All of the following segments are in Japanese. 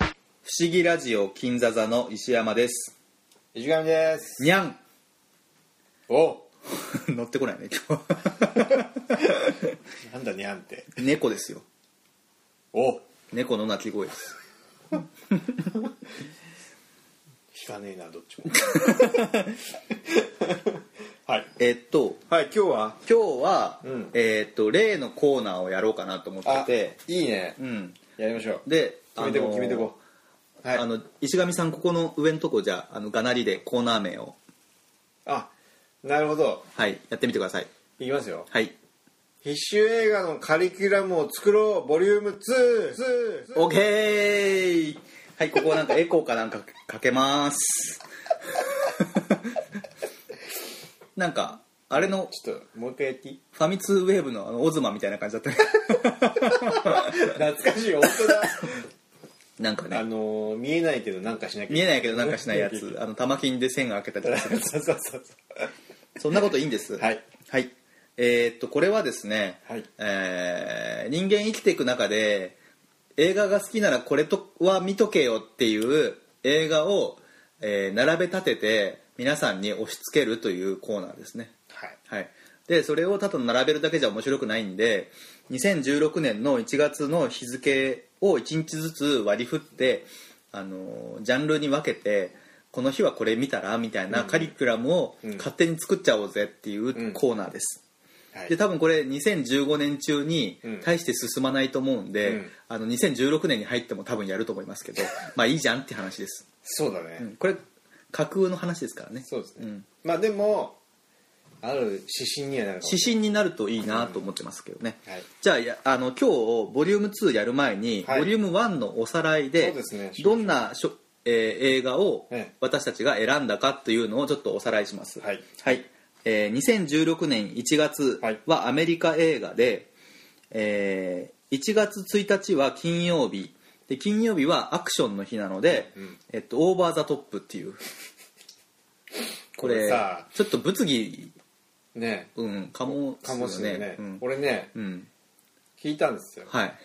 思議ラジオ金座座の石山です石上ですにゃんお 乗ってこないね今なんだにゃんって日猫ですよお猫の鳴き声です引かねえなどっ ちもはいえっとはい今日は今日は、うんえっと例のコーナーをやろうかなと思ってていいねうんやりましょうで決めてこう決めてこうはいあの石上さんここの上のとこじゃああのがなりでコーナー名をあなるほどはいやってみてくださいいきますよはい必修映画のカリキュラムを作ろうボリューム2 OK ーはいここなん かエコーかなんかかけますなんかあれのちょっともう一回やっていいファミ通ウェーブのあのオズマみたいな感じだったね懐かしい本当だなんか あねのー見えないけどなんかしなきゃ見えないけどなんかしないやつあの玉金で線が開けたりとかするそうそうそう そうそんなこといいんですはい、はい、えーっとこれはですね、はいえー人間生きていく中で映画が好きならこれとは見とけよっていう映画を、えー並べ立てて皆さんに押し付けるというコーナーですねはいはい、でそれをただ並べるだけじゃ面白くないんで2016年の1月の日付を1日ずつ割り振って、あのージャンルに分けてこの日はこれ見たらみたいなカリキュラムをうん勝手に作っちゃおうぜっていううんコーナーです。はいで多分これ2015年中にうん大して進まないと思うんで、うんあの2016年に入っても多分やると思いますけ どまあいいじゃんって話です、そうだうねんこれ架空の話ですからねそうですねんまあでもある指針にはなるかも指針になるといいなと思ってますけどね、はいじゃあやあの今日ボリューム2やる前に、はいボリューム1のおさらいでそうですねどんなしょ、えー映画をええ私たちが選んだかというのをちょっとおさらいしますはい、えー2016年1月はいはアメリカ映画で、えー1月1日は金曜日で金曜日はアクションの日なので、うんえっと、オーバー・ザ・トップっていうこれこれさちょっと物議ねうん、かもかもしれないね、うん、俺ねうん、聞いたんですよはい。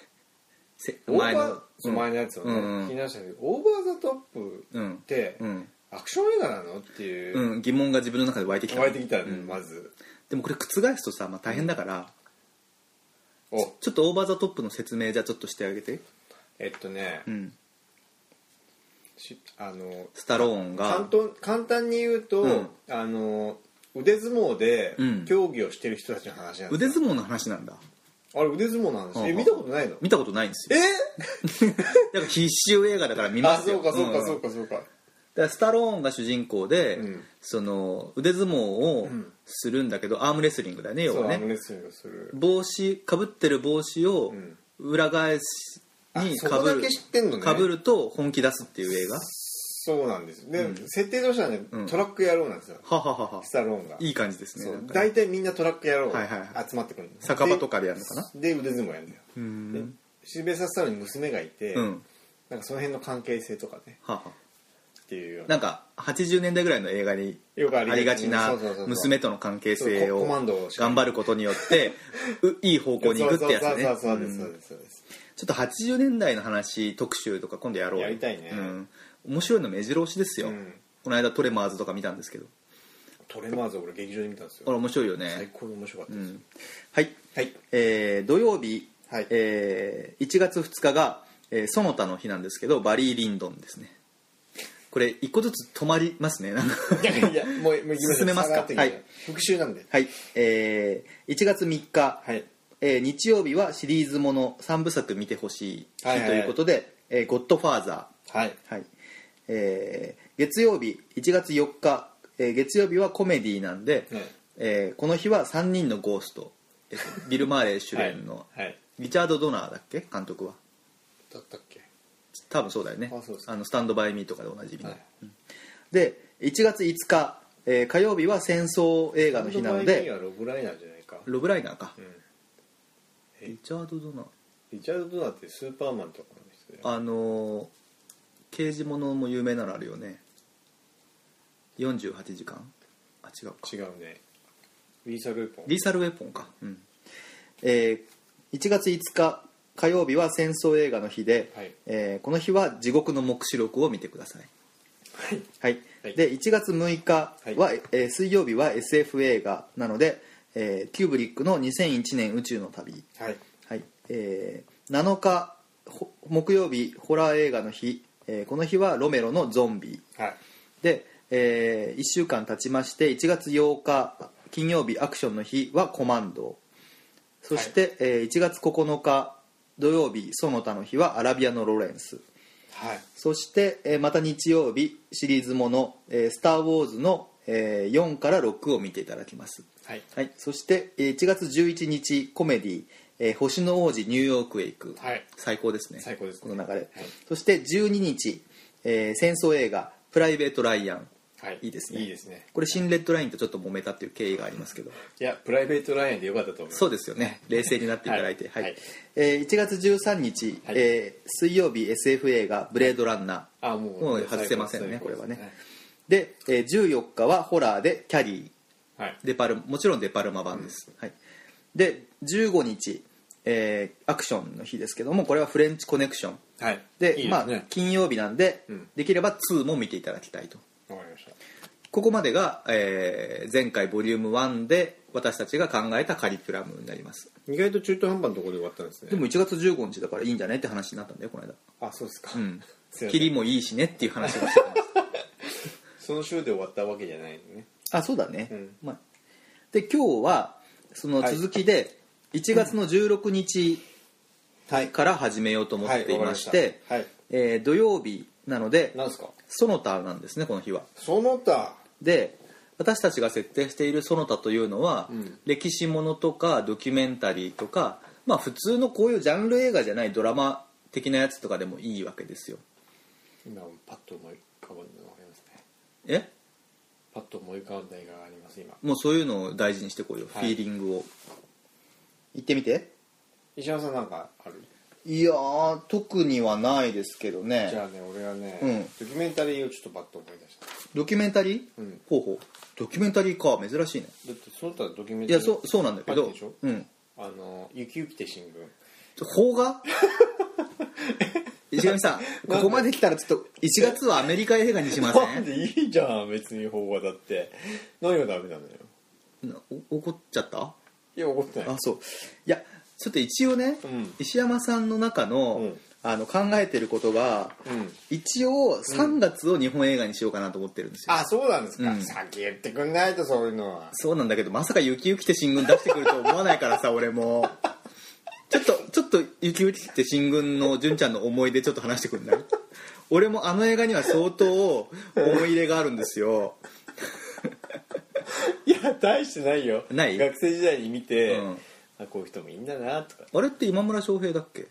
せオーバーそううん前のやつをね、うんうん聞きましたけどオーバー・ザ・トップうんって、うん、アクション映画なのっていう、うん、疑問が自分の中で湧いてきた。湧いてきたね、うんまずでもこれ覆すとさ、まあ、大変だから、おちょっとオーバーザトップの説明じゃあちょっとしてあげて。えっとね、うん、しあのスタローン簡が、単簡単に言うと、うんあの腕相撲でうん競技をしてる人たちの話なんで腕すよ、相撲の話なんだ。あれ腕相撲のうん話え見たことないの見たことないんですえよ。だから必修映画だから見まあすそよ。うかそうかんそうかそうか、だからスタローンが主人公で、うんその腕相撲をうんするんだけど、アームレスリングだよね、要そうはアねム。レスリングする帽子かぶってる帽子をん裏返しにあそかこぶだる,、け知ってんのねかぶると本気出すっていう映画そうなんですで、うん設定としてはねうんトラック野郎なんですよ、はははははいスタローンがい感じですねそなうんかね大体みんなトラック野郎はいはいは集まってくるんです酒場とかでやるのかなでで腕相撲やるんだようーんでシルベスター・スタローンに娘がいて、うんなんかその辺の関係性とかねははっていうようななんか80年代ぐらいの映画によくあありがちなりがちなそうそうそうそう娘との関係性そうをココマンドをし頑張ることによってういい方向に行くってやつねそうそうそうそうそうですうそうんですそうですちょっと80年代の話特集とか今度やろうよやりたいねうん面白いの目白押しですよ、うんこの間トレマーズとか見たんですけどトレマーズを俺劇場で見たんですこよれ面白いよね、最高に面白かったうです、んはい、はいえー土曜日、はいえー1月2日が、えーその他の日なんですけどバリー・リンドンですねこれ一個ずつ止まりますねなんかいやいやもうもう行きしょう進めますか下がってきてはい復習なんで はい、えー1月3日、はいえー日曜日はシリーズもの3部作見てほしい日とはいはいはいいうことで「えーゴッドファーザはいー」はいえー月曜日1月4日、えー月曜日はコメディなんで、はいえーこの日は3人のゴースト、えっとビル・マーレー主演のはいはいリチャード・ドナーだっけ監督はだったっけ多分そうだよねあそうですのスタンド・バイ・ミーとかでおなじみの、はいで1月5日、えー火曜日は戦争映画の日なの本当ではロブライナーじゃないかロブライナーか、えリチャード・ドナーリチャード・ドナーってスーパーマンとかの人であのー刑事物も有名なのあるよね48時間あ違うか違うねリーサル・ウェポンリーサルウェポンか、うんえー1月5日火曜日は戦争映画の日で、はいえーこの日は地獄の黙示録を見てくださいはいはい、はいで1月6日は、えー水曜日は SF 映画なので、えーキューブリックの2001年宇宙の旅、はいはいえー7日ほ木曜日ホラー映画の日、えーこの日はロメロのゾンビはいで、え1週間経ちまして1月8日金曜日アクションの日はコマンドそして、えー1月9日土曜日その他の日はアラビアのロレンスはいそして、えーまた日曜日シリーズもの「えースター・ウォーズの」えー4から6を見ていただきます、はいはい、そして、えー1月11日コメディえー星の王子ニューヨークへ行く」はい最高ですね最高ですねこの流れ、はいそして12日、えー戦争映画「プライベート・ライアン」はいいいですねいいですねこれ新レッドラインとちょっと揉めたっていう経緯がありますけどいやプライベートラインでよかったと思いますそうですよね冷静になっていただいて、ははいいはいえー1月13日、はいえー水曜日 SF 映画「ブレードランナー」あもうもう外せませんね最高ですこれはねで、えー14日はホラーでキャリはいーデパルもちろんデパルマ版です、はい、で15日、えーアクションの日ですけどもこれはフレンチコネクションはいでいいまあすね金曜日なんで、うんできれば2も見ていただきたいとわかりましたここまでが、えー前回ボリューム1で私たちが考えたカリキュラムになります意外と中途半端のところで終わったんですねでも1月15日だからいいんじゃねって話になったんだよこの間あそうですか、うんすいません切りもいいしねっていう話をしてましその週で終わったわけじゃないのねたあそうだね、うんまあ、で今日はその続きで1月の16日はいから始めようと思っていまして、はいわかりましえー土曜日なのでたはいなんですかその他なんですねこの日はその他で私たちが設定しているその他というのは、歴史ものとかドキュメンタリーとか、まあ、普通のこういうジャンル映画じゃないドラマ的なやつとかでもいいわけですよ今パッと思い浮かばんのがありますねえパッと思い浮かんだ映画があります今もうそういうのを大事にしてこいよ、はいフィーリングを行ってみて石山さんなんかあるいやー特にはないですけどじねゃあね俺はね、うんドキュメンタリーをちょっとパッと思い出したドキュメンタリー、うんほうほうドキュメンタリーか珍しいねだってその他ドキュメンいタリやーそうそうなんだけ入どってるでしょうんあの雪雪って新聞ちょ邦 画石上さんここまで来たらちょっと1月はアメリカ映画にしませなんんでいいじゃん別に法話だって何がダメなのよお怒っちゃったいや怒ってないあそういやちょっと一応ね、うん石山さんの中の,、うんあの考えてることがうん一応3月を日本映画にしようかなと思ってるんですよ、あそうなんですか、うん先言ってくんないとそういうのはそうなんだけどまさか「雪雪って新聞」出してくると思わないからさ俺もちょっとちょっと「雪雪って新聞」の純ちゃんの思い出ちょっと話してくんない俺もあの映画には相当思い入れがあるんですよいや大してないよない学生時代に見て、うんあこういう人もいいんだなとかあれって今村翔平だっけ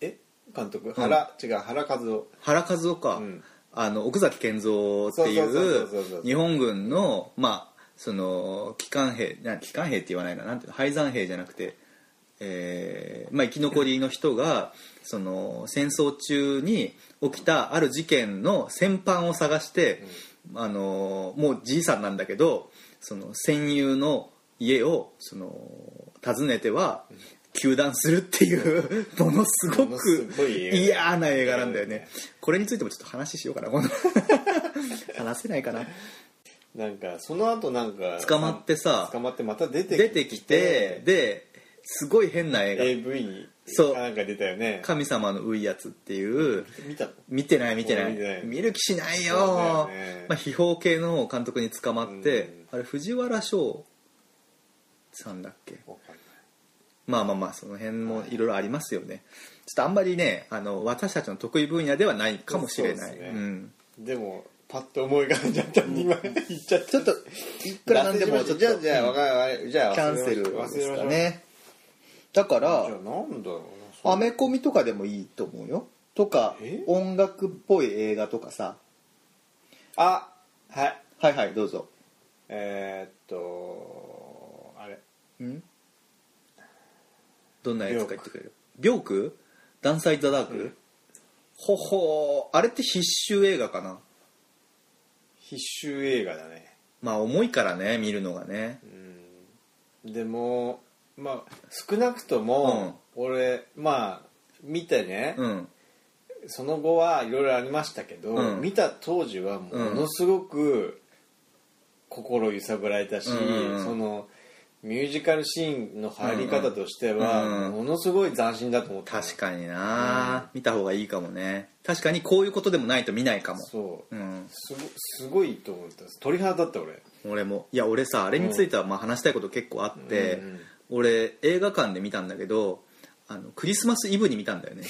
え監督原、違う原和夫原和夫か、うんあの奥崎健三っていそうそうそうそうそうう日本軍のまあその機関兵な機関兵って言わないななんていうの廃山兵じゃなくて、えーまあ、生き残りの人がその戦争中に起きたある事件の戦犯を探して、あのもうじいさんなんだけどその戦友の家をその訪ねては糾弾するっていうものすごものすくごい映画嫌な映画なんだよねこれについてもちょっと話しようかな今度 話せないかななんかその後なんか捕まってさ捕まってまた出て出てきてですごい変な映画 AV にそうなんか出たよね「神様のういやつ」っていう見たの見てない見てな見てないい見る気しないそうだよよ、ねまあ、秘宝系の監督に捕まってあれ藤原翔さんだっけわかんないまあまあまあその辺もいろいろありますよねちょっとあんまりねあの私たちの得意分野ではないかもしれなそい、うですねうんでもパッと思い浮かんじゃったんで今言っちゃったちょっといくらなんでもちょっとじゃあじゃあわかるわかるじゃあキャンセル忘れまですしかょうねだかじゃらあなんだろうなそうアメコミとかでもいいと思うよとかえ音楽っぽい映画とかさあはいはいはいどうぞえー、っとあれんどんなやつか言ってくれるビョークダンサイ・ザ・ダーク、うんほほーあれって必修映画かな必修映画だねまあ重いからね見るのがねうんでもまあ少なくとも、俺まあ見てね、うんその後はいろいろありましたけど、うん見た当時はものすごく心揺さぶられたし、うんうんそのミュージカルシーンの入り方としてうんうはんものすごい斬新だと思った確かにな、見た方がいいかもね確かにこういうことでもないと見ないかもそううんすごすごいと思った鳥肌だった俺俺もいや俺さあれについてはまあ話したいこと結構あって、うんうん俺映画館で見たんだけどあのクリスマスイブに見たんだよね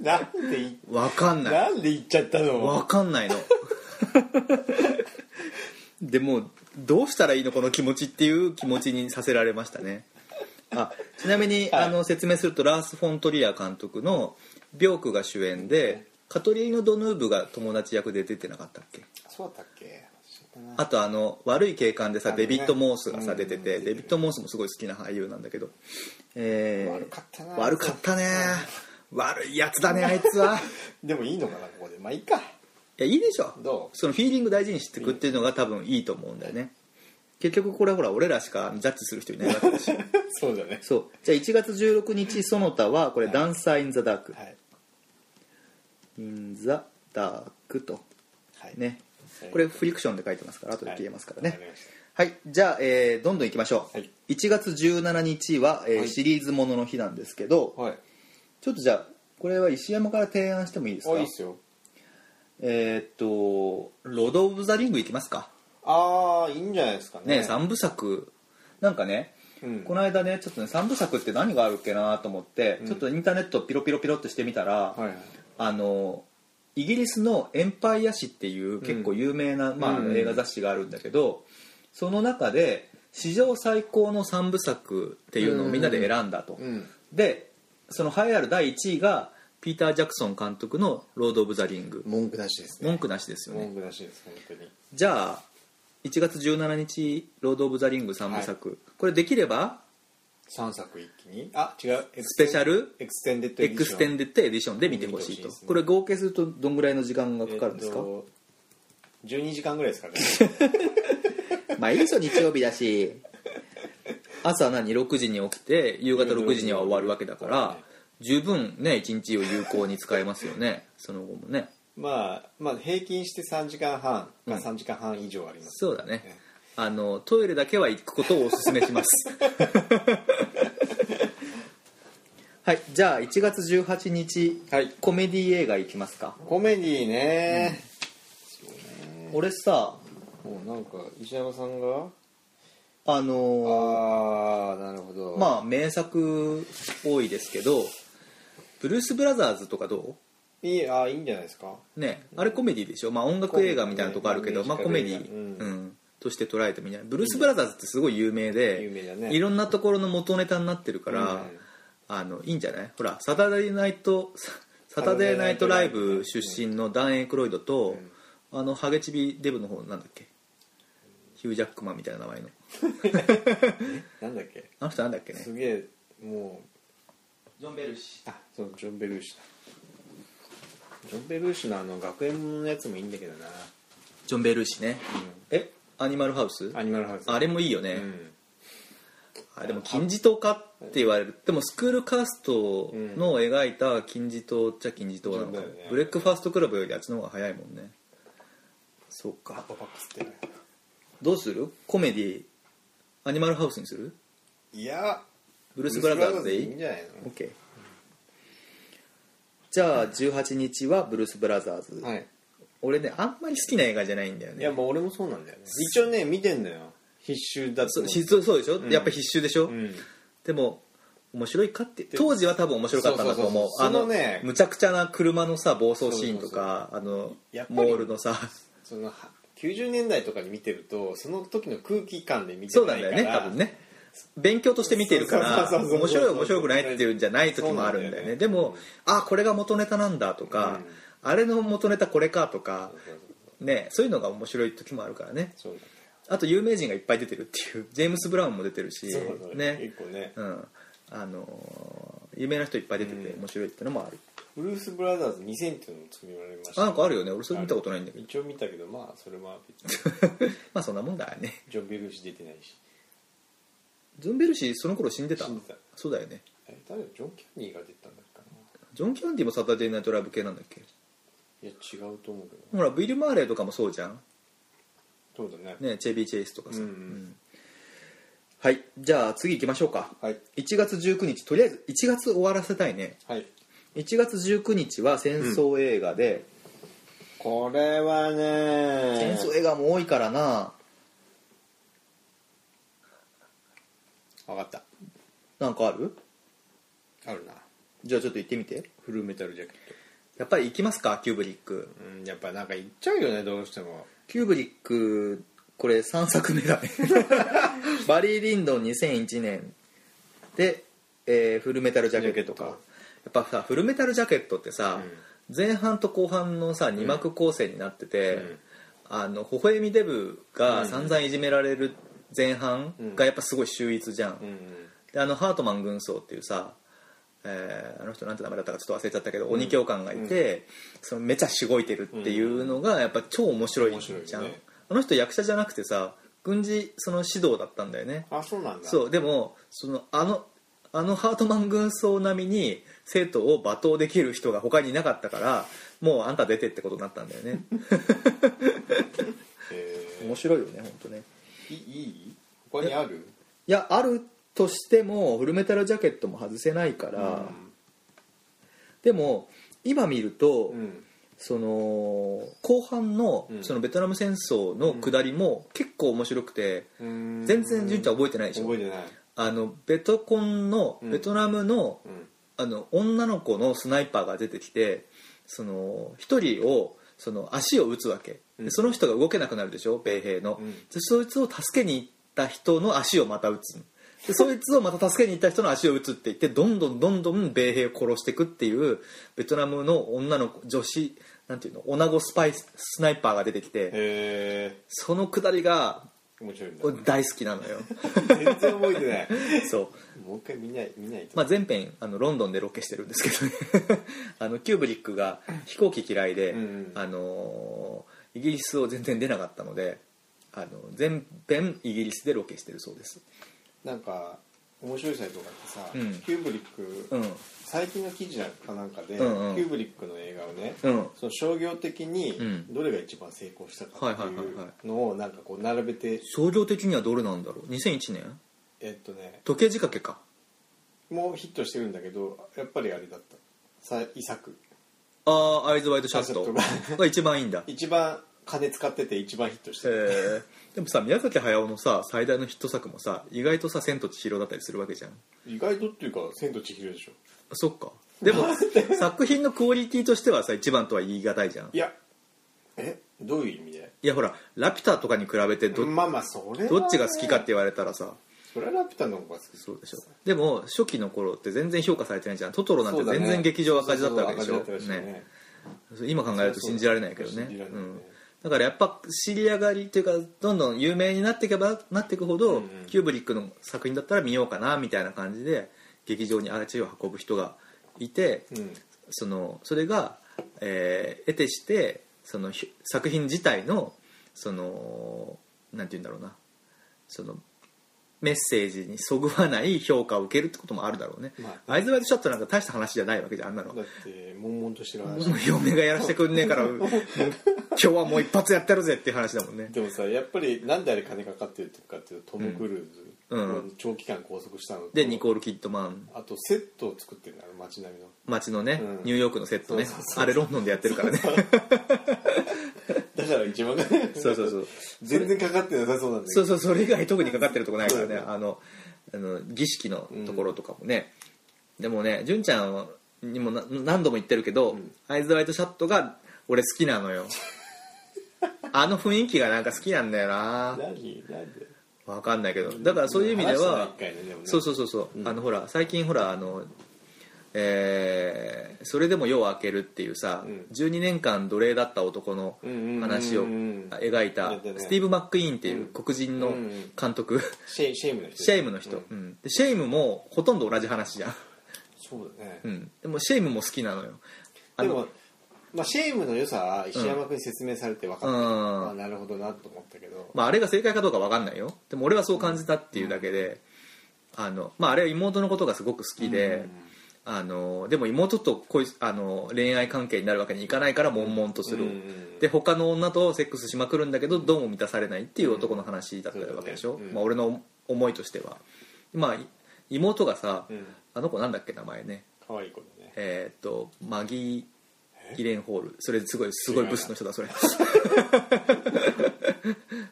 なんでいわかんない なんで言っちゃったのわかんない のでもうどうしたらいいのこの気持ちっていう気持ちにさせられましたねあちなみに、はいあの説明するとラース・フォントリア監督の「ビョーク」が主演でカトリーヌ・ドヌーブが友達役で出てなかったっけそうだったっけ知らないあとあの悪い警官でさあのねデビッド・モースがさうん出ててデビッド・モースもすごい好きな俳優なんだけど、えー悪かったな悪かったね悪いやつだねあいつ はでもいいのかなここでまあいいか いやいいでしょどうそのフィーリング大事にしていくっていうのが多分いいと思うんだよね結局これはほら俺らしかジャッジする人いないわけだ しそうだねそうじゃあ1月16日その他はこれ「ダンサー・イン・ザ・ダーク」はいイン・ザ・ダーク」とはいねはいこれフリクションで書いてますから後で消えますからね、わりましたはい、じゃあ、えーどんどんいきましょう、はい1月17日は、えーはいシリーズものの日なんですけど、はいちょっとじゃあこれは石山から提案してもいいですあかいいっすよえーっと「ロード・オブ・ザ・リング」いきますかああいいんじゃないですかねね三3部作なんかね、うんこの間ねちょっとね3部作って何があるっけなと思って、ちょっとインターネットピロピロピロってしてみたら、はいはいあのイギリスの「エンパイア誌」っていう結構有名な、まあ、あのうん映画雑誌があるんだけど、その中で史上最高の3部作っていうのをみんなで選んだと、うんでその栄えある第1位がピーター・ジャクソン監督の「ロード・オブ・ザ・リング文句なしで」すね文句なしですよね文句なしです本当にじゃあ1月17日「ロード・オブ・ザ・リング」3部作、これできれば3作一気にあ違うスペシャルエクステンデッドエクステンデッドエディションで見てほしい見てとほしいですねこれ合計するとどんぐらいの時間がかかるんですか、えっと12時間ぐらいですかね まあいいでしょ日曜日だし朝何6時に起きて夕方6時には終わるわけだから十分ね一日を有効に使えますよねその後もねまあまあ平均して3時間半うんまあ3時間半以上ありますそうだねあのトイレだけは行くことをお勧めします はいじゃあ1月18日、はいコメディ映画行きますかコメディね俺さもうなんか石山さんがあのーああなるほどあまあ名作多いですけどブルース・ブラザーズとかどういいあーいいんじゃないですかねあれコメディでしょ、まあ、音楽映画みたいなとこあるけどコまあ、コメメデディィうんうんとして捉えてみないブルース・ブラザーズってすごい有名で有名だねいろんなところの元ネタになってるから、うんあのいいんじゃないほらサタデーナイトササタデーナイトライブ出身のダン・エイクロイドと、あのハゲチビデブの方なんだっけヒュー・ジャックマンみたいな名前のなんだっけあの人なんだっけねすげえもうジョン・ベルシあそうジョン・ベルーシだジョン・ベルーシのあの学園もののやつもいいんだけどなジョン・ベルシね、えアニマルハウスアニマルハウスあれもいいよね、うんあでも金字塔かって言われるでもスクールカーストの描いた金字塔っちゃ金字塔なのか、そうだよねブレックファーストクラブよりあっちの方が早いもんねそうかパパクスってるどうするコメディアニマルハウスにするいやブルース・ブラザーズでいいブルースブラザーズんじゃない ?OK じゃあ18日はブルース・ブラザーズ、のはい俺ねあんまり好きな映画じゃないんだよいねやもう俺もそうなんだよね一応ね見てんのよ必修だとそう思うしそうでしょ、んやっぱ必修でしょ、うんでも面白いかって当時は多分面白かったんだと思うそうそうそうそうそのねあのむちゃくちゃな車のさ暴走シーンとかやっあぱのモりールのさそのは90年代とかに見てるとその時の空気感で見てそうなないんかだらよね多分ね勉強として見てるからそうそうそうそう面白い面白くないっていうんじゃない時もあるんだよねそうなんだよねでもあこれが元ネタなんだとか、あれの元ネタこれかとかそうそうねそういうのが面白い時もあるからねそうそうあと有名人がいっぱい出てるっていうジェームス・ブラウンも出てるしそうそうね結構ねうんあのー有名な人いっぱい出てて面白いってのもある、ブルース・ブラザーズ2000っていうのも作られましたあなんかあるよね俺それ見たことないんだけど一応見たけどまあそれは別に まあそんなもんだよねジョン・ベルーシ出てないしズンベルシーその頃死んでた死んでたそうだよねえ誰だジョン・キャンニーが出たんだっけかなジョン・キャンディもサタデーナイトライブ系なんだっけいや違うと思うけどほらビル・マーレーとかもそうじゃんそうだねねチェビー・チェイスとかさ、うんうんはいじゃあ次行きましょうかはい1月19日とりあえず1月終わらせたいねはい1月19日は戦争映画で、これはね戦争映画も多いからな分かったなんかあるあるなじゃあちょっと行ってみてフルメタルジャケッやっぱり行きますかキューブリックトうんやっぱなんか言っちゃうよねどうしてもキューブリックこれ3作目 だねバリー・リンドン2001年で、えーフルメタルジャケットかジャやケットっぱさフルメタルジャケットってさ、前半と後半のさ2幕構成になってて、うんあの微笑みデブが散々いじめられる前半がやっぱすごい秀逸じゃん、うんであのハートマン軍曹っていうさ、えーあの人なんて名前だったかちょっと忘れちゃったけど、鬼教官がいて、そのめちゃしごいてるっていうのがやっぱ超面白いじゃん面白いよねあの人役者じゃなくてさ軍事その指導だったんだよねあそうなんだそうでもそのあのあのハートマン軍曹並みに生徒を罵倒できる人が他にいなかったからもうあんた出てってことになったんだよ ねえ面白いよね本当ねーいいい他にあるいやあるとしてもフルメタルジャケットも外せないから、でも今見ると、うんその後半のうんそのベトナム戦争の下りも結構面白くて、うん全然純ちゃん覚えてないでしょ、覚えてないあのベトコンの、うんベトナムのうんあの女の子のスナイパーが出てきてその一人をその足を打つわけ、でうんその人が動けなくなるでしょ米兵の、うんでそいつを助けに行った人の足をまた打つでそいつをまた助けに行った人の足を打つって言ってどんどんどんどん米兵を殺していくっていうベトナムの女の子女子なんていうの女子スパイススナイパーが出てきてへえそのくだりが面白いんだ俺大好きなの よ全然覚えてないそうもう一回見ない見ないと、まあ、前編あのロンドンでロケしてるんですけどね あのキューブリックが飛行機嫌いで、うんうんあのーイギリスを全然出なかったのであの前編イギリスでロケしてるそうですなんか面白いサイトがあってさ、うんキューブリック、うん最近の記事かなんかで、うんうんキューブリックの映画をね、うんその商業的にうんどれが一番成功したかってはいはいはいはいいうのをなんかこう並べて商業的にはどれなんだろう2001年えっとね時計仕掛けかもうヒットしてるんだけどやっぱりあれだったさ遺作ああアイズワイドシャッシャトッが一番いいんだへ 一番金使ってて一番ヒットしてる えでもさ宮崎駿のさ最大のヒット作もさ意外とさ「千と千尋」だったりするわけじゃん意外とっていうか「千と千尋」でしょそっかでも作品のクオリティとしてはさ一番とは言い難いじゃんいやえどういう意味でいやほら「ラピュタ」とかに比べてど,、まあまあそれはね、どっちが好きかって言われたらさそれはラピュタの方が好きそうでしょでも初期の頃って全然評価されてないじゃんトトロなんそてうだね全然劇場赤字だったわけでしょそうそう赤字だったらしいね今考えると信じられないけどね信じられうないねん、だからやっぱ知り上がりというかどんどん有名になっていけばなっていくほど、うんうんキューブリックの作品だったら見ようかなみたいな感じで劇場に足を運ぶ人がいて、うんそのそれが、えー得てしてそのひ作品自体のそのなんて言うんだろうなそのメッセージにそぐわない評価を受けるってこともあるだろうね、まアイズワイドシャットなんか大した話じゃないわけじゃんあんなのだって悶々としてる話嫁がやらせてくんねえ からもう今日はもう一発やってるぜっていう話だもんねでもさやっぱりなんであれ金かかってるかっていうとトム・クルーズ、うんう長期間拘束したのとでニコール・キッドマンあとセットを作ってるんだろ街並みの街のね、うんニューヨークのセットねそうそうあれロンドンでやってるからねだから一番かかるそうそうそう全然かかってなさそうなんだけそどうそうそれ以外特にかかってるとこないからねそうだあのあの儀式のところとかもね、でもね純ちゃんにもな何度も言ってるけど、アイズワイドシャットが俺好きな のよあの雰囲気がなんか好きなんだよな何なんでわかんないけどだからそういう意味で話したはな一、回ねでもねそうそうそうそう、あのほら最近ほらあのえーそれでも夜を明ける」っていうさ、うん12年間奴隷だった男のうんうんうんうん話を描いたやってねスティーブ・マック・イーンっていう黒人の監督、 シェイシェイムの人シェイムの人、うんうんでシェイムもほとんど同じ話じゃん、そうだね、うん、でもシェイムも好きなのよあでのもまあ、シェイムの良さは石山君に説明されて分かった、うんあなるほどなと思ったけど、まあ、あれが正解かどうかわかんないよでも俺はそう感じたっていうだけで、あの、まあ、あれは妹のことがすごく好きで、あのでも妹と恋あの恋愛関係になるわけにいかないから悶々とする、で他の女とセックスしまくるんだけどどうも満たされないっていう男の話だったわけでしょ、うんそうだねうんまあ、俺の思いとしてはまあい妹がさ、うんあの子なんだっけ名前ね可愛い子だねえーっとマギー・ギレンホールそれすごいすごいブスの人だそれ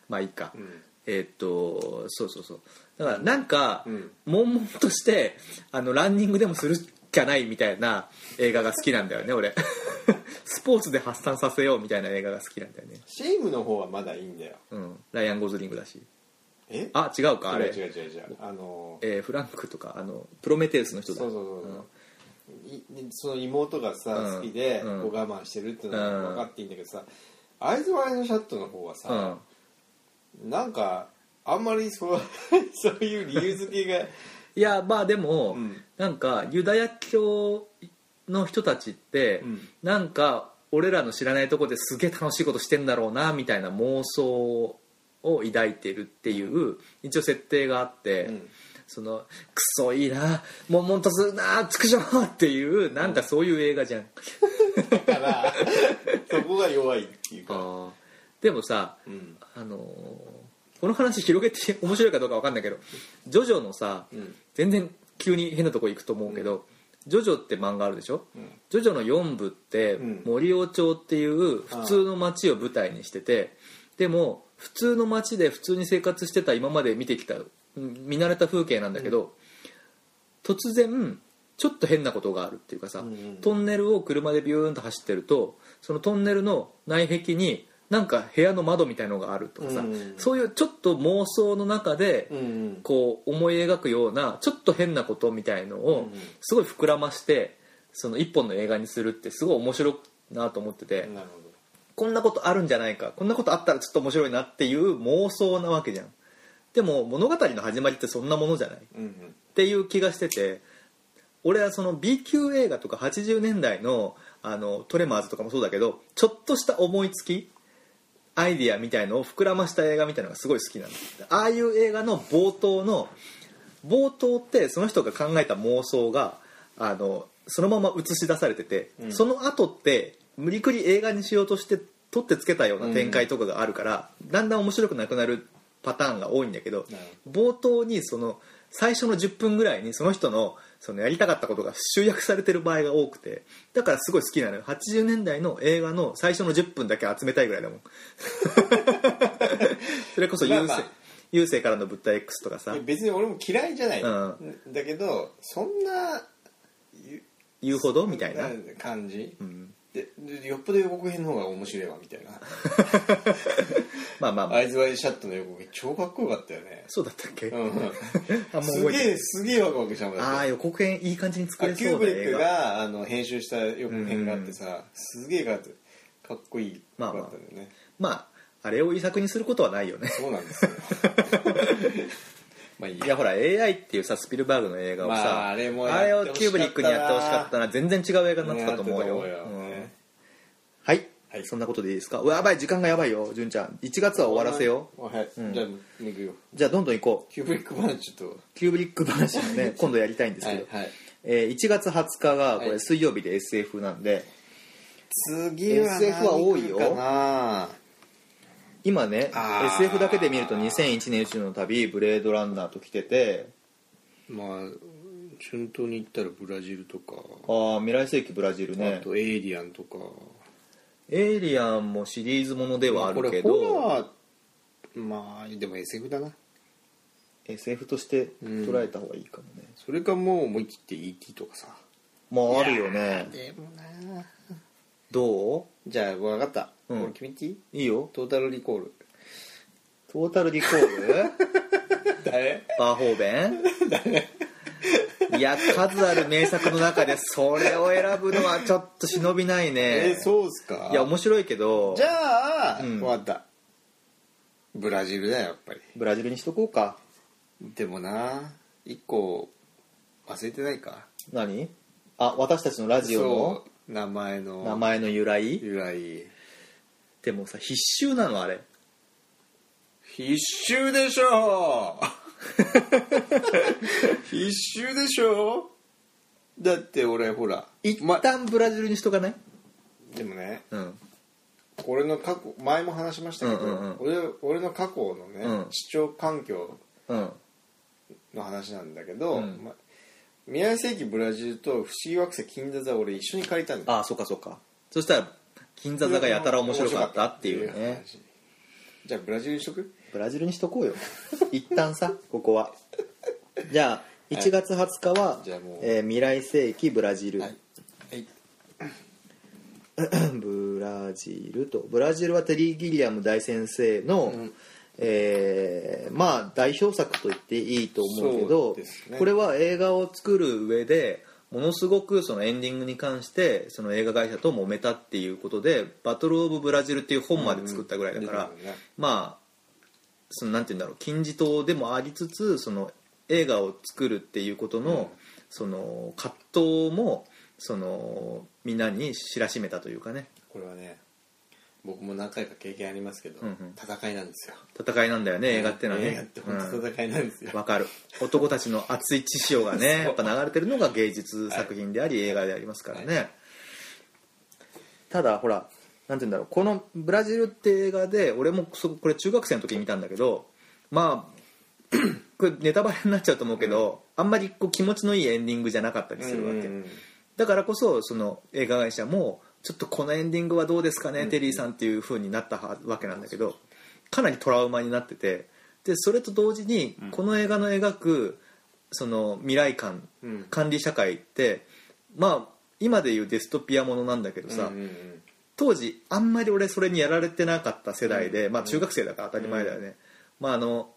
まあいいか、うんえーっとそうそうそうだからなんか、うん悶々としてあのランニングでもするっきゃないみたいな映画が好きなんだよね俺 スポーツで発散させようみたいな映画が好きなんだよねシェイムの方はまだいいんだようんライアン・ゴズリングだしえあ違うかあ違うれ違う違う違うあのーえーフランクとかあのプロメテウスの人だそうそうそうそういその妹がさ、うん好きで、うんこう我慢してるっていうのは分かっていいんだけどさ「アイズ・ワイド・シャット」の方うん、うはんさ、なんかあんまりそう そういう理由 付けがいやまあでも、うんなんかユダヤ教の人たちって、うんなんか俺らの知らないとこですげえ楽しいことしてんだろうなみたいな妄想を抱いてるっていう一応設定があって、うんそのクソいいな悶々とするなつくしょうっていうなんかそういう映画じゃん、だから そこが弱いっていうか、あーでもさうんあのーこの話広げて面白いかどうか分かんないけどジョジョのさ、うん全然急に変なとこ行くと思うけど、ジョジョって漫画あるでしょ、うんジョジョの4部って、うん森尾町っていう普通の町を舞台にしててでも普通の町で普通に生活してた今まで見てきたうん見慣れた風景なんだけど、突然ちょっと変なことがあるっていうかさ、うんうんトンネルを車でビューンと走ってるとそのトンネルの内壁になんか部屋の窓みたいのがあるとかさ、うんうんそういうちょっと妄想の中で、うんうんこう思い描くようなちょっと変なことみたいのをうんうんすごい膨らましてその一本の映画にするってすごい面白いなと思ってて、なるほこんなことあるんじゃないかこんなことあったらちょっと面白いなっていう妄想なわけじゃんでも物語の始まりってそんなものじゃないっど、うんていう気がしてて俺はその B 級映画とか80年代のあのトレマーズとかもそうだけどちょっとした思いつきアイディアみたいのを膨らました映画みたいのがすごい好きなんですああいう映画の冒頭の冒頭ってその人が考えた妄想があのそのまま映し出されてて、うんその後って無理くり映画にしようとして取ってつけたような展開とかがあるから、だんだん面白くなくなるパターンが多いんだけどなる冒頭にその最初の10分ぐらいにその人のそのやりたかったことが集約されてる場合が多くてだからすごい好きなのよ80年代の映画の最初の10分だけ集めたいぐらい だもんそれこそまあ優まあ勢「優勢からの物体 X」とかほさど別に俺も嫌いじゃない、うだけどそんな言うほどみたいな、感じ、うん、ででよっぽど予告編の方が面白いわみたいなまあまあまあアイズワイドシャットの予告超かっこよかったよね。そうだったっけ、うん。あもうす覚えげてえ、すげえワクワクしたもあんだっあて。予告編いい感じに作あれキュそーうブなリ映ック画があの編集した予告編があってさ、すげえかっかっこいい。まあまあかったんだよね。まああれを遺作にすることはないよねそうなんです よ。まあいいいや。やほら AI っていうさスピルバーグの映画をさ、まああれもあれやっをてキューブほしかったなリックにやってほしかったな全然違う映画になってたと思うよ、ねやってたと思うようんねはい、はいそんなことでいいですかうわやばい時間がやばいよ純ちゃん1月は終わらせようはい。うんじゃあ、行くよ。じゃあどんどん行こうキューブリック話ちょっキューブリック話をね今度やりたいんでと。すはけいど、はい。えー1月20日がこはれい水曜日で SF なんで、次はは何 SF は多いよ。来るか今ねあー SF だけで見ると2001年宇宙の旅ブレードランナーと来ててまあ、順当に言ったらブラジルとか、ああ未来世紀ブラジルあねとエイリアンとか。エイリアンもシリーズものではあるけこれホどラーまあでも SF だな SF として捉えた方がいいかもね、それかもう思い切って ET とかさまああるよねでもなどじゃあ分かった、うんこれ決めていいういいよトータルリコールトータルリコール 誰バーホーベンいや数ある名作の中でそれを選ぶのはちょっと忍びないねえそうっすかいや面白いけどじゃあ、うん分かったブラジルだよやっぱりブラジルにしとこうかでもな一個忘れてないか何あ私たちのラジオそう名前のの名前の由来由来でもさ必修なのあれ必修でしょ必修でしょだって俺ほら一ま旦ブラジルにしとかない、でもねうん俺の過去前も話しましたけど、うんうんうん俺俺の過去のね、うん視聴環境うんの話なんだけど、うんま宮城世紀ブラジルと不思議惑星金座座俺一緒に借りたんだああそうかそうかそしたら金座座がやたら面白かったっていうねじゃあブラジルにしとくブラジルにしとこうよ 一旦さここはじゃあ1月20日はじゃあもうえー未来世紀ブラジル」はいはい ブラジルとブラジルはテリー・ギリアム大先生の、んえーまあ代表作と言っていいと思うけそどうですねこれは映画を作る上でものすごくそのエンディングに関してその映画会社と揉めたっていうことで「バトル・オブ・ブラジル」っていう本まで作ったぐらいだから、うんうんねまあそのなんて言うんだろう金字塔でもありつつその映画を作るっていうことの,、その葛藤もそのみんなに知らしめたというかねこれはね僕も何回か経験ありますけど、うんうん戦いなんですよ戦いなんだよね映画ってのはね映画って本当戦いなんですようん、わかる男たちの熱い血潮がねやそっうぱ流れてるのが芸術作品であり映画でありますからね、ただほらなんて言うんだろうこの「ブラジル」って映画で俺もそこれ中学生の時に見たんだけどまあ これネタバレになっちゃうと思うけど、あんまりこう気持ちのいいエンディングじゃなかったりするわけ、うんうんうんだからこそその映画会社もちょっとこのエンディングはどうですかね、んテリーさんっていう風になったはわけなんだけどかなりトラウマになっててでそれと同時にうんこの映画の描くその未来観、うん管理社会ってまあ今でいうデストピアものなんだけどさ、うんうんうん当時あんまり俺それにやられてなかった世代で、まあ中学生だから当たり前だよね、まああの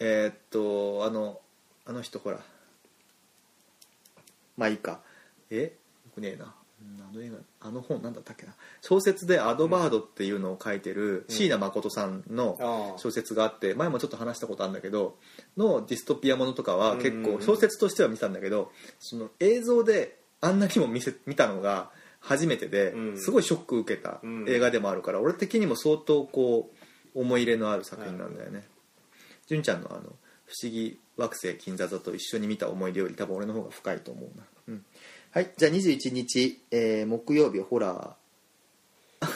えーっとあのあの人ほらまあいいかえよくねえなうんあの映画あの本なんだったっけな小説で「アドバード」っていうのを書いてる椎名誠さんのああ小説があって前もちょっと話したことあるんだけどのディストピアものとかは結構小説としては見てたんだけどその映像であんなにも見せ見たのが初めてでうんすごいショック受けたうん映画でもあるから俺的にも相当こう思い入れのある作品なんだよね純ちゃんのあの「不思議惑星金座座」と一緒に見た思い出より多分俺の方が深いと思うな、うん、はいじゃあ21日、えー木曜日ホラー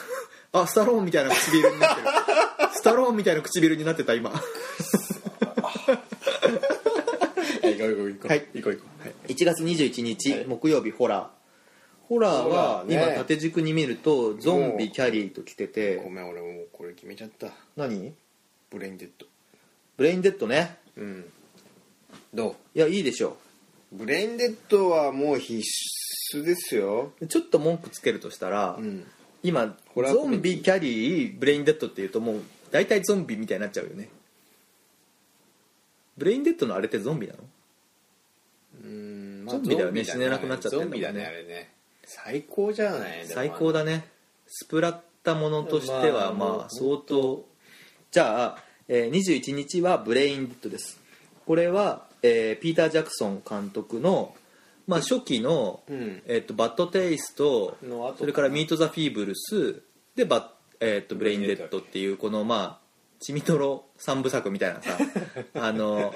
あスタローンみたいな唇になってるスタローンみたいな唇になってた今はい行こう行こう行こう、はい行こう行こうはい1月21日、はい木曜日ホラーホラーはホラーね今縦軸に見るとゾンビキャリーと来てごてめん俺もうこれ決めちゃった何ブレインデッドブレインデッドねうんどいやいいでしょうブレインデッドはもう必須ですようちょっと文句つけるとしたら、うん今ホラーコゾメディンビキャリーブレインデッドっていうともう大体ゾンビみたいになっちゃうよねブレインデッドのあれってゾンビなのうん、ゾンビだよね死ねなくなっちゃってんだゾもんねンビだねあれね最高じゃないでも最高だねスプラッタものとしてはまあまあ本当相当じゃあ、えー21日は「ブレインデッド」ですこれは、えーピーター・ジャクソン監督の、まあ、初期の、うんえーと「バッド・テイストの後か」なそれから「ミート・ザ・フィーブルス」でバッ、えーと「ブレインデッド」っていうこのまあ血みとろ三部作みたいな さあの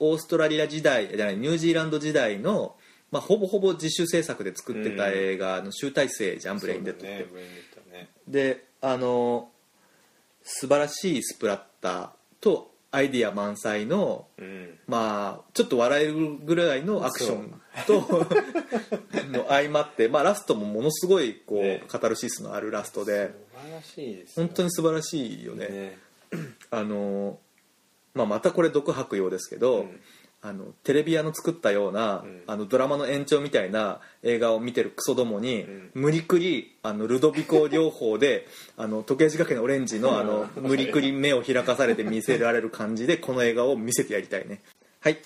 オーストラリア時代じゃないニュージーランド時代の、まあ、ほぼほぼ自主制作で作ってた映画の集大成じゃん、ブレインデッドっそてうだねブレインデッドねであの素晴らしいスプラッターとアイディア満載のうんまあちょっと笑えるぐらいのアクションとの相まって、まあ、ラストもものすごいこう、ねカタルシスのあるラストで素晴らしいですよ本当に素晴らしいよねねあの、まあ、またこれ毒吐くようですけど、うんあのテレビ屋の作ったような、んあのドラマの延長みたいな映画を見てるクソどもに、ん無理くりあのルドビコ療法で あの時計仕掛けのオレンジのあの無理くり目を開かされて見せられる感じでこの映画を見せてやりたいねはい、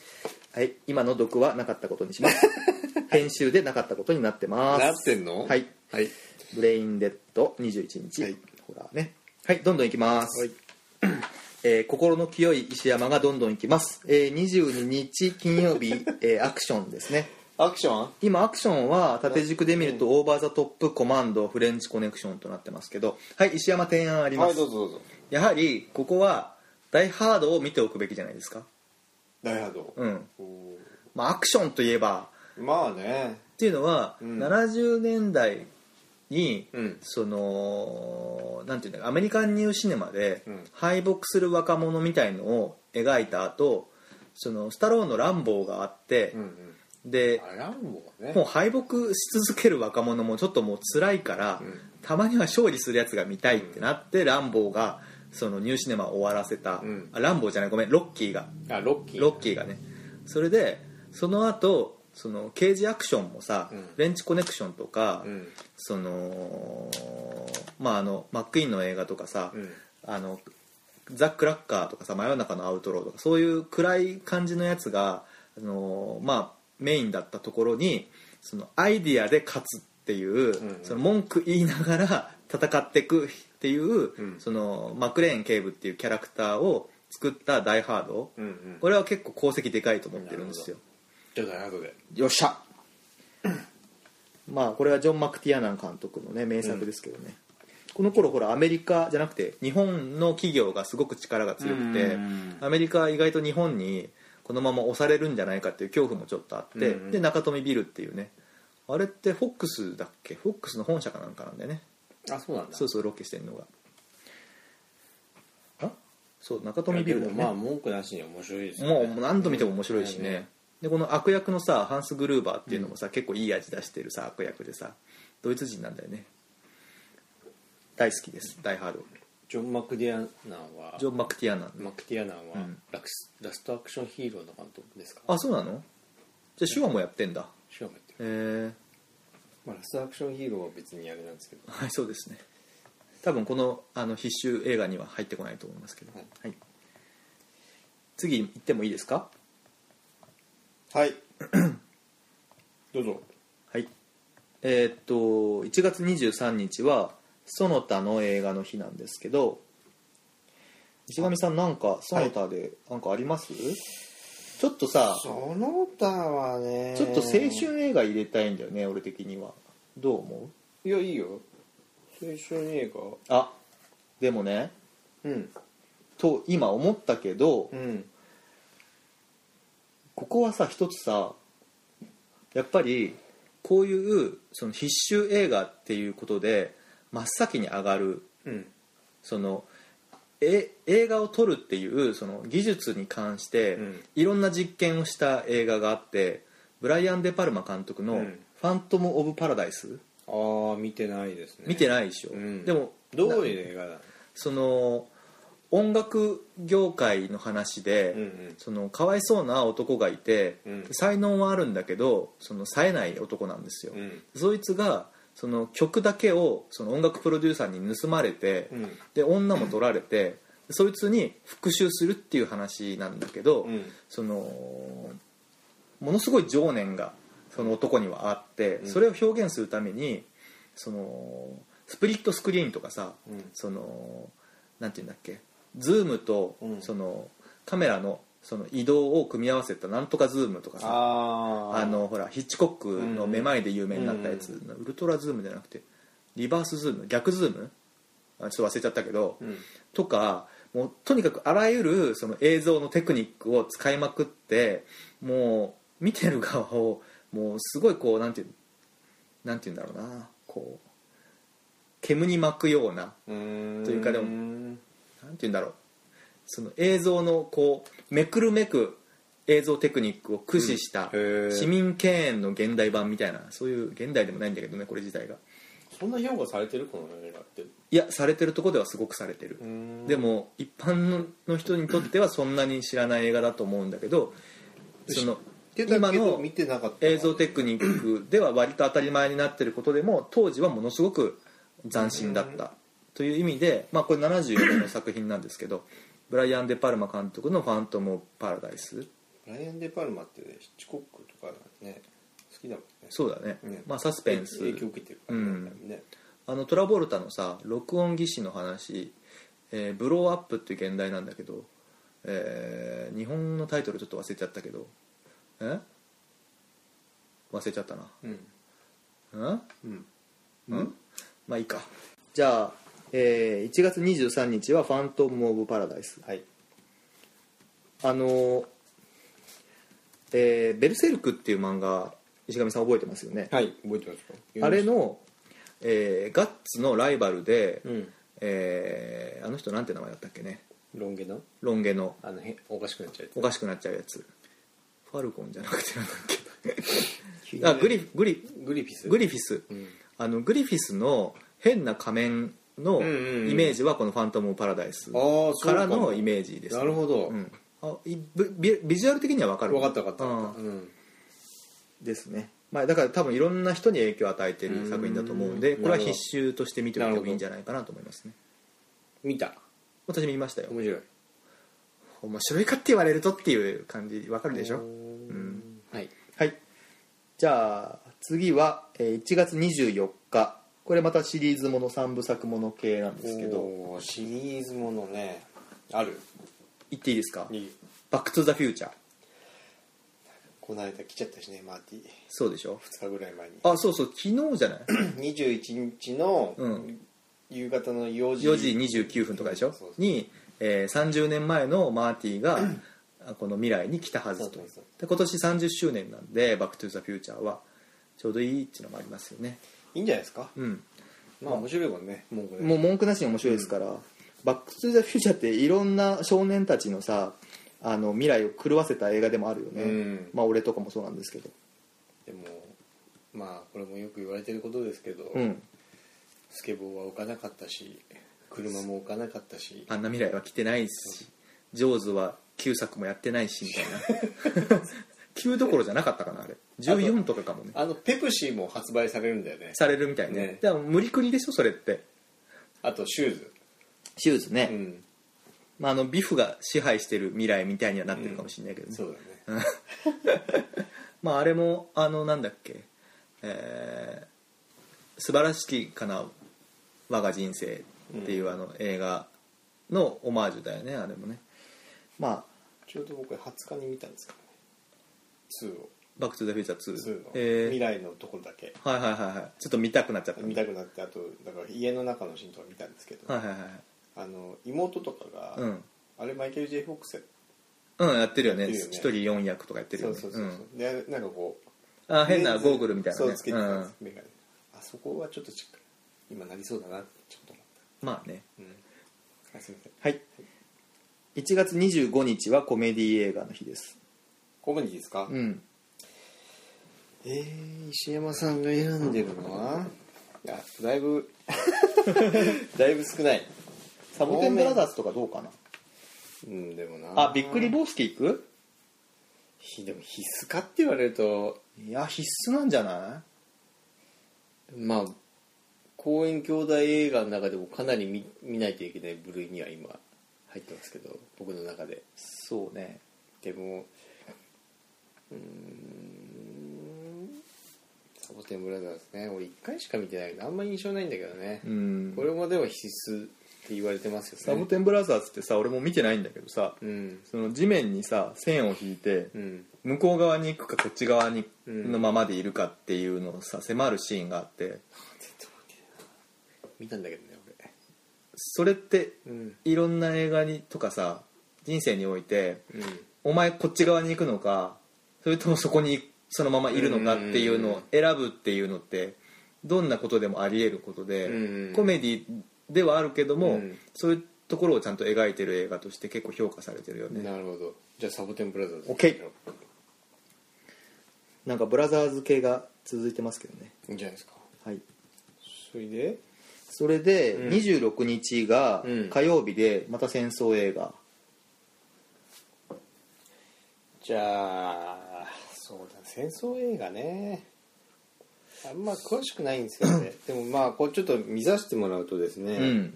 はい、今の毒はなかったことにします 編集でなかったことになってますなってんのはいはいブレインデッド21日、はいホラーねはいどんどんいきます、はいえー心の清い石山がどんどんいきます、えー22日金曜日、えーアクションですねアクション今アクションは縦軸で見るとオーバーザトップコマンドフレンチコネクションとなってますけどはい石山提案ありまはす、いどうぞどうぞやはりここは「ダイ・ハード」を見ておくべきじゃないですか大波動うんおーまあ、アクションといえばまあねっていうのは、うん70年代に、うんそのなんていうんだろうアメリカンニューシネマでうん敗北する若者みたいのを描いた後そのスタローンの「ランボー」があってうん、うんであランボーねもう敗北し続ける若者もちょっともう辛いから、んたまには勝利するやつが見たいってなって、ランボーがそのニューシネマを終わらせた、うんあランボーじゃないごめんロッキーがあロッキーロッキーがねそれでその後その刑事アクションもさ、うんレンチコネクションとか、うんそのまああのマックイーンの映画とかさ、うんあのザ・クラッカーとかさ真夜中のアウトローとかそういう暗い感じのやつが、あのーまあ、メインだったところにそのアイディアで勝つっていう、んその文句言いながら戦っていくっていう、んそのマクレーン警部っていうキャラクターを作った「ダイ・ハード」うんうんこれは結構功績でかいと思ってるんですよじゃあ大波動でよっしゃまあこれはジョン・マクティアナン監督のね名作ですけどね、この頃ほらアメリカじゃなくて日本の企業がすごく力が強くてうんアメリカは意外と日本にこのまま押されるんじゃないかっていう恐怖もちょっとあって、うんうんで中富ビルっていうねあれってフォックスだっけフォックスの本社かなんかなんだよねあそうなんだそうそうロケしてるのがあそう中富ビルだいよやでねもまあ文句なしに面白いですよもねう何度見ても面白いしね、でこの悪役のさハンス・グルーバーっていうのもさ、結構いい味出してるさ悪役でさドイツ人なんだよね大好きです大ハードジョン・マクディアナンはジョン・マクティアナンマクティアナンはうんラクス、ラストアクションヒーローの監督ですかあそうなのじゃあ手話もやってんだシュワもやってる、へえまあ、ラストアクションヒーローは別にあれなんですけどはいそうですね多分このあの必修映画には入ってこないと思いますけど、はいはい、次行ってもいいですか はいどうぞはい。えーっと1月23日はその他の映画の日なんですけど、石上さんなんかその他でなんかあります？ちょっとさ、その他はねちょっと青春映画入れたいんだよね、俺的には。どう思う？いやいいよ青春映画あ、でもね、うんと今思ったけど、うんここはさ一つさ、やっぱりこういうその必修映画っていうことで真っ先に上がるうんそのえ映画を撮るっていうその技術に関して、うんいろんな実験をした映画があってブライアン・デ・パルマ監督のう「んファントム・オブ・パラダイスああ見てないですね」見てないでしょ、うんでもどうないう映画だその音楽業界の話で、うんうんそのかわいそうな男がいて、うん才能はあるんだけどその冴えない男なんですよ、うんそいつがその曲だけをその音楽プロデューサーに盗まれて、うんで女も取られてそいつに復讐するっていう話なんだけど、うんそのものすごい情念がその男にはあって、うんそれを表現するためにそのスプリットスクリーンとかさ、うんそのなんていうんだっけズームと、うんそのカメラのその移動を組み合わせたなんとかズームとかさあああのほらヒッチコックのめまいで有名になったやつ、ウルトラズームじゃなくてリバースズーム逆ズームあちょっと忘れちゃったけど、うんとかもうとにかくあらゆるその映像のテクニックを使いまくってもう見てる側をもうすごいこうなんていうなんていうんだろうなこう煙に巻くようなうーんというかでももなんていうんだろうその映像のこうめくるめく映像テクニックを駆使した、へえ市民敬遠の現代版みたいなそういう現代でもないんだけどねこれ自体がそんな評価されてるこの映画っていやされてるとこではすごくされてるでも一般のの人にとってはそんなに知らない映画だと思うんだけどそのてた今けどの見てなかった映像テクニックでは割と当たり前になってることでも当時はものすごく斬新だったという意味で、まあ、これ74年の作品なんですけどブライアン・デ・パルマ監督の「ファントム・オブパラダイスライアン・デ・パルマってねヒッチコックとかね好きだもんね」そうだね、ねまあ、サスペンス影響受けてるからね,、うんねあのトラボルタのさ録音技師の話、えーブローアップ」っていう現代なんだけど、えー日本のタイトルちょっと忘れちゃったけどえ忘れちゃったなうんうんうんうんまあいいかじゃあ、えー1月23日は「ファントム・オブ・パラダイスはい」あのーえーベルセルク」っていう漫画石上さん覚えてますよね、はい覚えてますよあれの、えーガッツのライバルで、うんえーあの人なんて名前だったっけねロン毛のロン毛のあのへおかしくなっちゃうおかしくなっちゃうやつファルコンじゃなくてなんだっ けあグリグリグリフィスグリフィス、うんあのグリフィスの変な仮面のんうんうんイメージはこの「ファントム・パラダイス」あーそうかからものイメージです、なるほど、うんあいぶビビジュアル的には分かる分かった分かった分かったうんうんですね、まあ、だから多分いろんな人に影響を与えてる作品だと思うんでうんこれはなるほ必ど修として見ておいてもいいんじゃないかなと思いますね見た私見ましたよ面白い面白いかって言われるとっていう感じ分かるでしょうんはいはいじゃあ次はえー1月24日これまたシリーズもの3部作もの系なんですけどおーシリーズものねある言っていいですかいい「バック・トゥ・ザ・フューチャーこの間来ちゃったしねマーティ」そうでしょ2日ぐらい前にあそうそう昨日じゃない21日のうん夕方の4時4時29分とかでしょそうそうに、えー30年前のマーティがあこの未来に来たはずとそうそうそうで今年30周年なんで「バック・トゥ・ザ・フューチャー」はちょうどいいっていうのもありますよねいいんじゃないですかうんまあ面白いもんね文句ねもう文句なしに面白いですから「バック・トゥ・ザ・フューチャー」っていろんな少年たちのさあの未来を狂わせた映画でもあるよね、うんまあ俺とかもそうなんですけどでもまあこれもよく言われてることですけど、うんスケボーは置かなかったし車も置かなかったしあんな未来は来てないし「ジョーズ」は9作もやってないしみたいな9 どころじゃなかったかなあれ14とかかもねあのペプシーも発売されるんだよねされるみたいねねでも無理くりでしょそれってあとシューズシューズね、うんまあ、あのビフが支配してる未来みたいにはなってるかもしれないけどね、そうだねまああれもあのなんだっけえー素晴らしきかな我が人生」っていうあの映画のオマージュだよねあれもねまあちょうど僕20日に見たんですけどね2を「バック・トゥ・ザ・フューチャー2 2」の未えー来のところだけはいはいはいはいちょっと見たくなっちゃった見たくなってあとだから家の中のシーンとか見たんですけど、はいはいはいあの妹とかが、うんあれマイケル・ J ・フォックスやっうんやってるよねやってる一よね人4役とかやっててるよるよねねそうそうそうそう、でなんかこううんあ変なレズゴーグルみたいなねそうつけてたんです、うんメガネあそこはちょっとちっ今なりそうだなってちょっと思っまあねた、うん、あすいませんはい1月25日はコメディ映画の日ですコメディですか、うんえー、石山さんが選んでるのはいやだいぶだいぶ少ないサボテンブラザーズとかどうかなうんでもなあびっくりボースケ行くひでも必須かって言われるといや必須なんじゃなまあ公演兄弟映画の中でもかなり見見ないといけない部類には今入ってますけど僕の中でいそうねでもうーんサボテンブラザーズね俺1回しか見てないけどあんまり印象ないんだけどね、うんこれまでは必須って言われてますよねサボテンブラザーズってさ俺も見てないんだけどさうんその地面にさ線を引いてうん向こう側に行くかこっち側にうんのままでいるかっていうのをさ迫るシーンがあって見たんだけどねそれって俺うんいろんな映画にとかさ人生においてうんお前こっち側に行くのかそれともそこにそのままいるのかっていうのを選ぶっていうのってどんなことでもあり得ることで、うんコメディではあるけども、うんそういうところをちゃんと描いてる映画として結構評価されてるよねなるほどじゃあサボテンブラザーズオッケなんかブラザーズ系が続いてますけどねいいんじゃないですかはいそれでそれでうん26日がうん火曜日でまた戦争映画、じゃあそうだ戦争映画ねあんま詳しくないんですけどね でもまあこれちょっと見させてもらうとですね、うん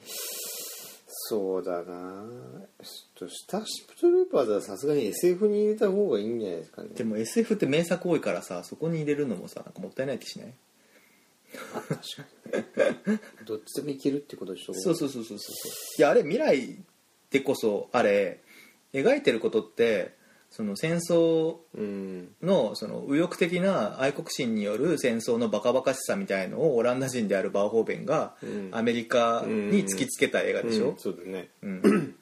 そうだなちょっとスターシップトルーパーズはさすがに SF に入れた方がいいんじゃないですかねでも SF って名作多いからさそこに入れるのもさなんかもったいない気しない どっちでもいけるってことでしょそうそうそうそうそういやあれ未来でこそあれ描いてることってその戦争うんのその右翼的な愛国心による戦争のバカバカしさみたいのをオランダ人であるバーホーベンがうんアメリカに突きつけた映画でしうょん、そうだねうん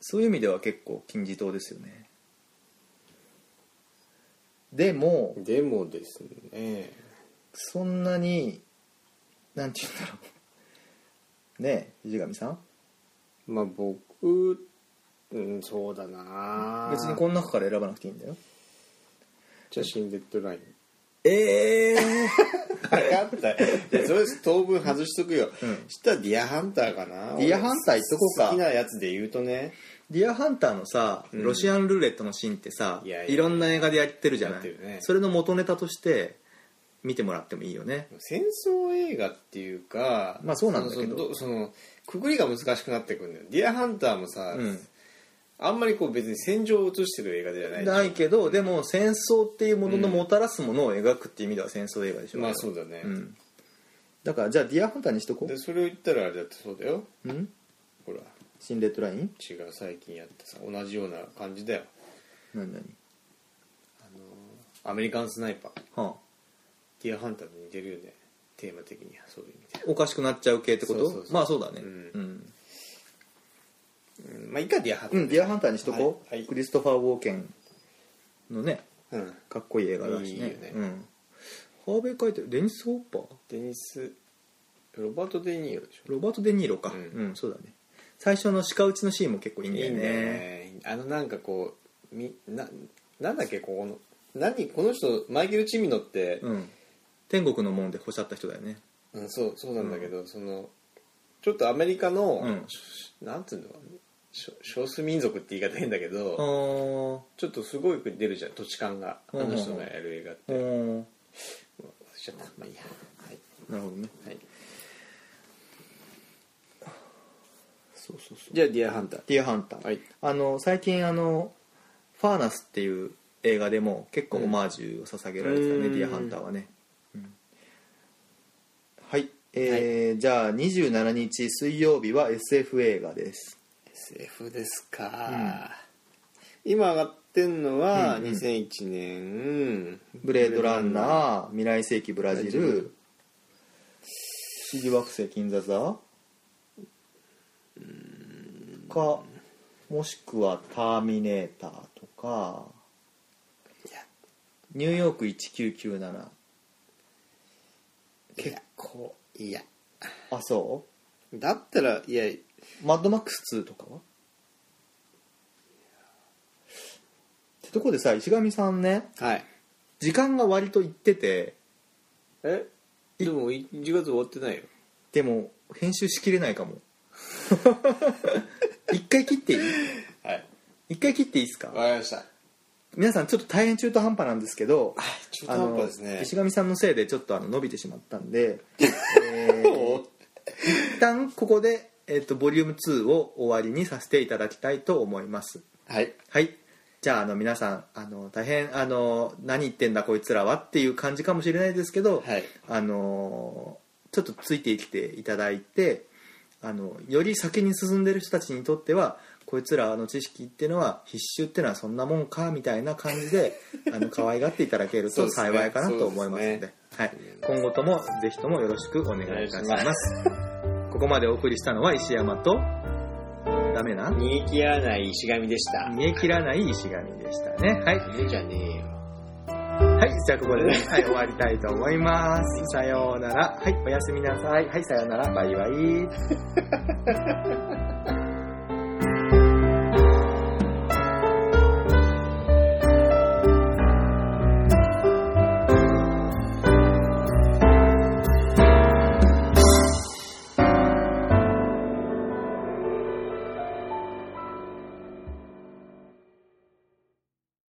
そういう意味では結構金字塔ですよねでもでもですねそんなになんて言うんだろうねえ藤上さんまあ僕うんそうだな別にこの中から選ばなくていいんだよじゃあ新デッドラインええ分かったよじゃあそれ当分外しとくよ、したらディアハンターかなディアハンター行っとこうか好きなやつで言うとねディアハンターのさロシアンルーレットのシーンってさ、いやいやいいやろんな映画でやってるじゃなやい、ってるねそれの元ネタとして見てもらってもいいよね戦争映画っていうかまあそうなんだけどそのそのくくりが難しくなってくるんだよディアハンターもさ、うんあんまりこう別に戦場を映してる映画じゃないないけどでも戦争っていうもののもたらすものを描くっていう意味では戦争映画でしょまあそうだね、うんだからじゃあディアハンターにしとこでそれを言ったらあれだってそうだよううんほら新レッドライン違う最近やったさ同じような感じだよ何何アメリカンスナイパーはディアハンターと似てるよねテーマ的にはそういう意味であ、おかしくなっちゃう系ってことそうそうそうまあそうだねうんうん、うんまあいいかディアハンタうーんディアハンターにしとこう、はいはいクリストファー・ウォーケンのねうんかっこいい映画だしねいいよねうん、ハーベイ書いてるデニス・ホッパーデニスロバート・デ・ニーロでしょロバート・デ・ニーロかううんん、そうだね最初の鹿打ちのシーンも結構いいんだいいよねねあのなんかこうみななんだっけここの何この人マイケル・チミノって、うん、天国の門で干しゃった人だよねうん、そうそうなんだけど、そのちょっとアメリカの、うんなんつうのしょ少数民族って言い方変だけど、あーちょっとすごい出るじゃん土地勘がうあんうんうんの人がやる映画って、あー忘れちゃったまあいいやはい、なるほどねはい、そうそうそうじゃあディアハンターディアハンター、はいあの最近あの「ファーナス」っていう映画でも結構オマージュを捧げられてたね、うんディアハンターはね、うんはい、えーじゃあ27日水曜日は SF 映画です SF ですか、今上がってんのはうんうん2001年ブレードランナー未来世紀ブラジブラジル七時惑星金座座かもしくは「ターミネーター」とか「ニューヨーク1997結構いや」あそだったらいやう「マッドマックス2」とかはってとこでさ石上さんねはい時間が割といっててえでも1月終わってないよでも編集しきれないかも 一回切っていいはい一回切っていいですか、わかりましたはい皆さんちょっと大変中途半端なんですけど中途あ半の端ですね石上さんのせいでちょっとあの伸びてしまったん で、えーお一旦ここで、えっとボリューム2を終わりにさせていただきたいと思いますはいはいじゃああの皆さんあの大変あの何言ってんだこいつらはっていう感じかもしれないですけど、はいあのちょっとついてきていただいてあのより先に進んでる人たちにとってはこいつらの知識っていうのは必修っていうのはそんなもんかみたいな感じ であの可愛がっていただけるそとうですね幸いかなと思いますのでそうですねはい、今後ともぜひともよろしくお願いいたしお願いしまますここまでお送りしたのは石山とダメな煮え切らない石神でした見え切らない石神でしたねはい、犬じゃねえよはい、じゃあここで、ね、はい、終わりたいと思いますさようならはいおやすみなさいはいさようならバイバイ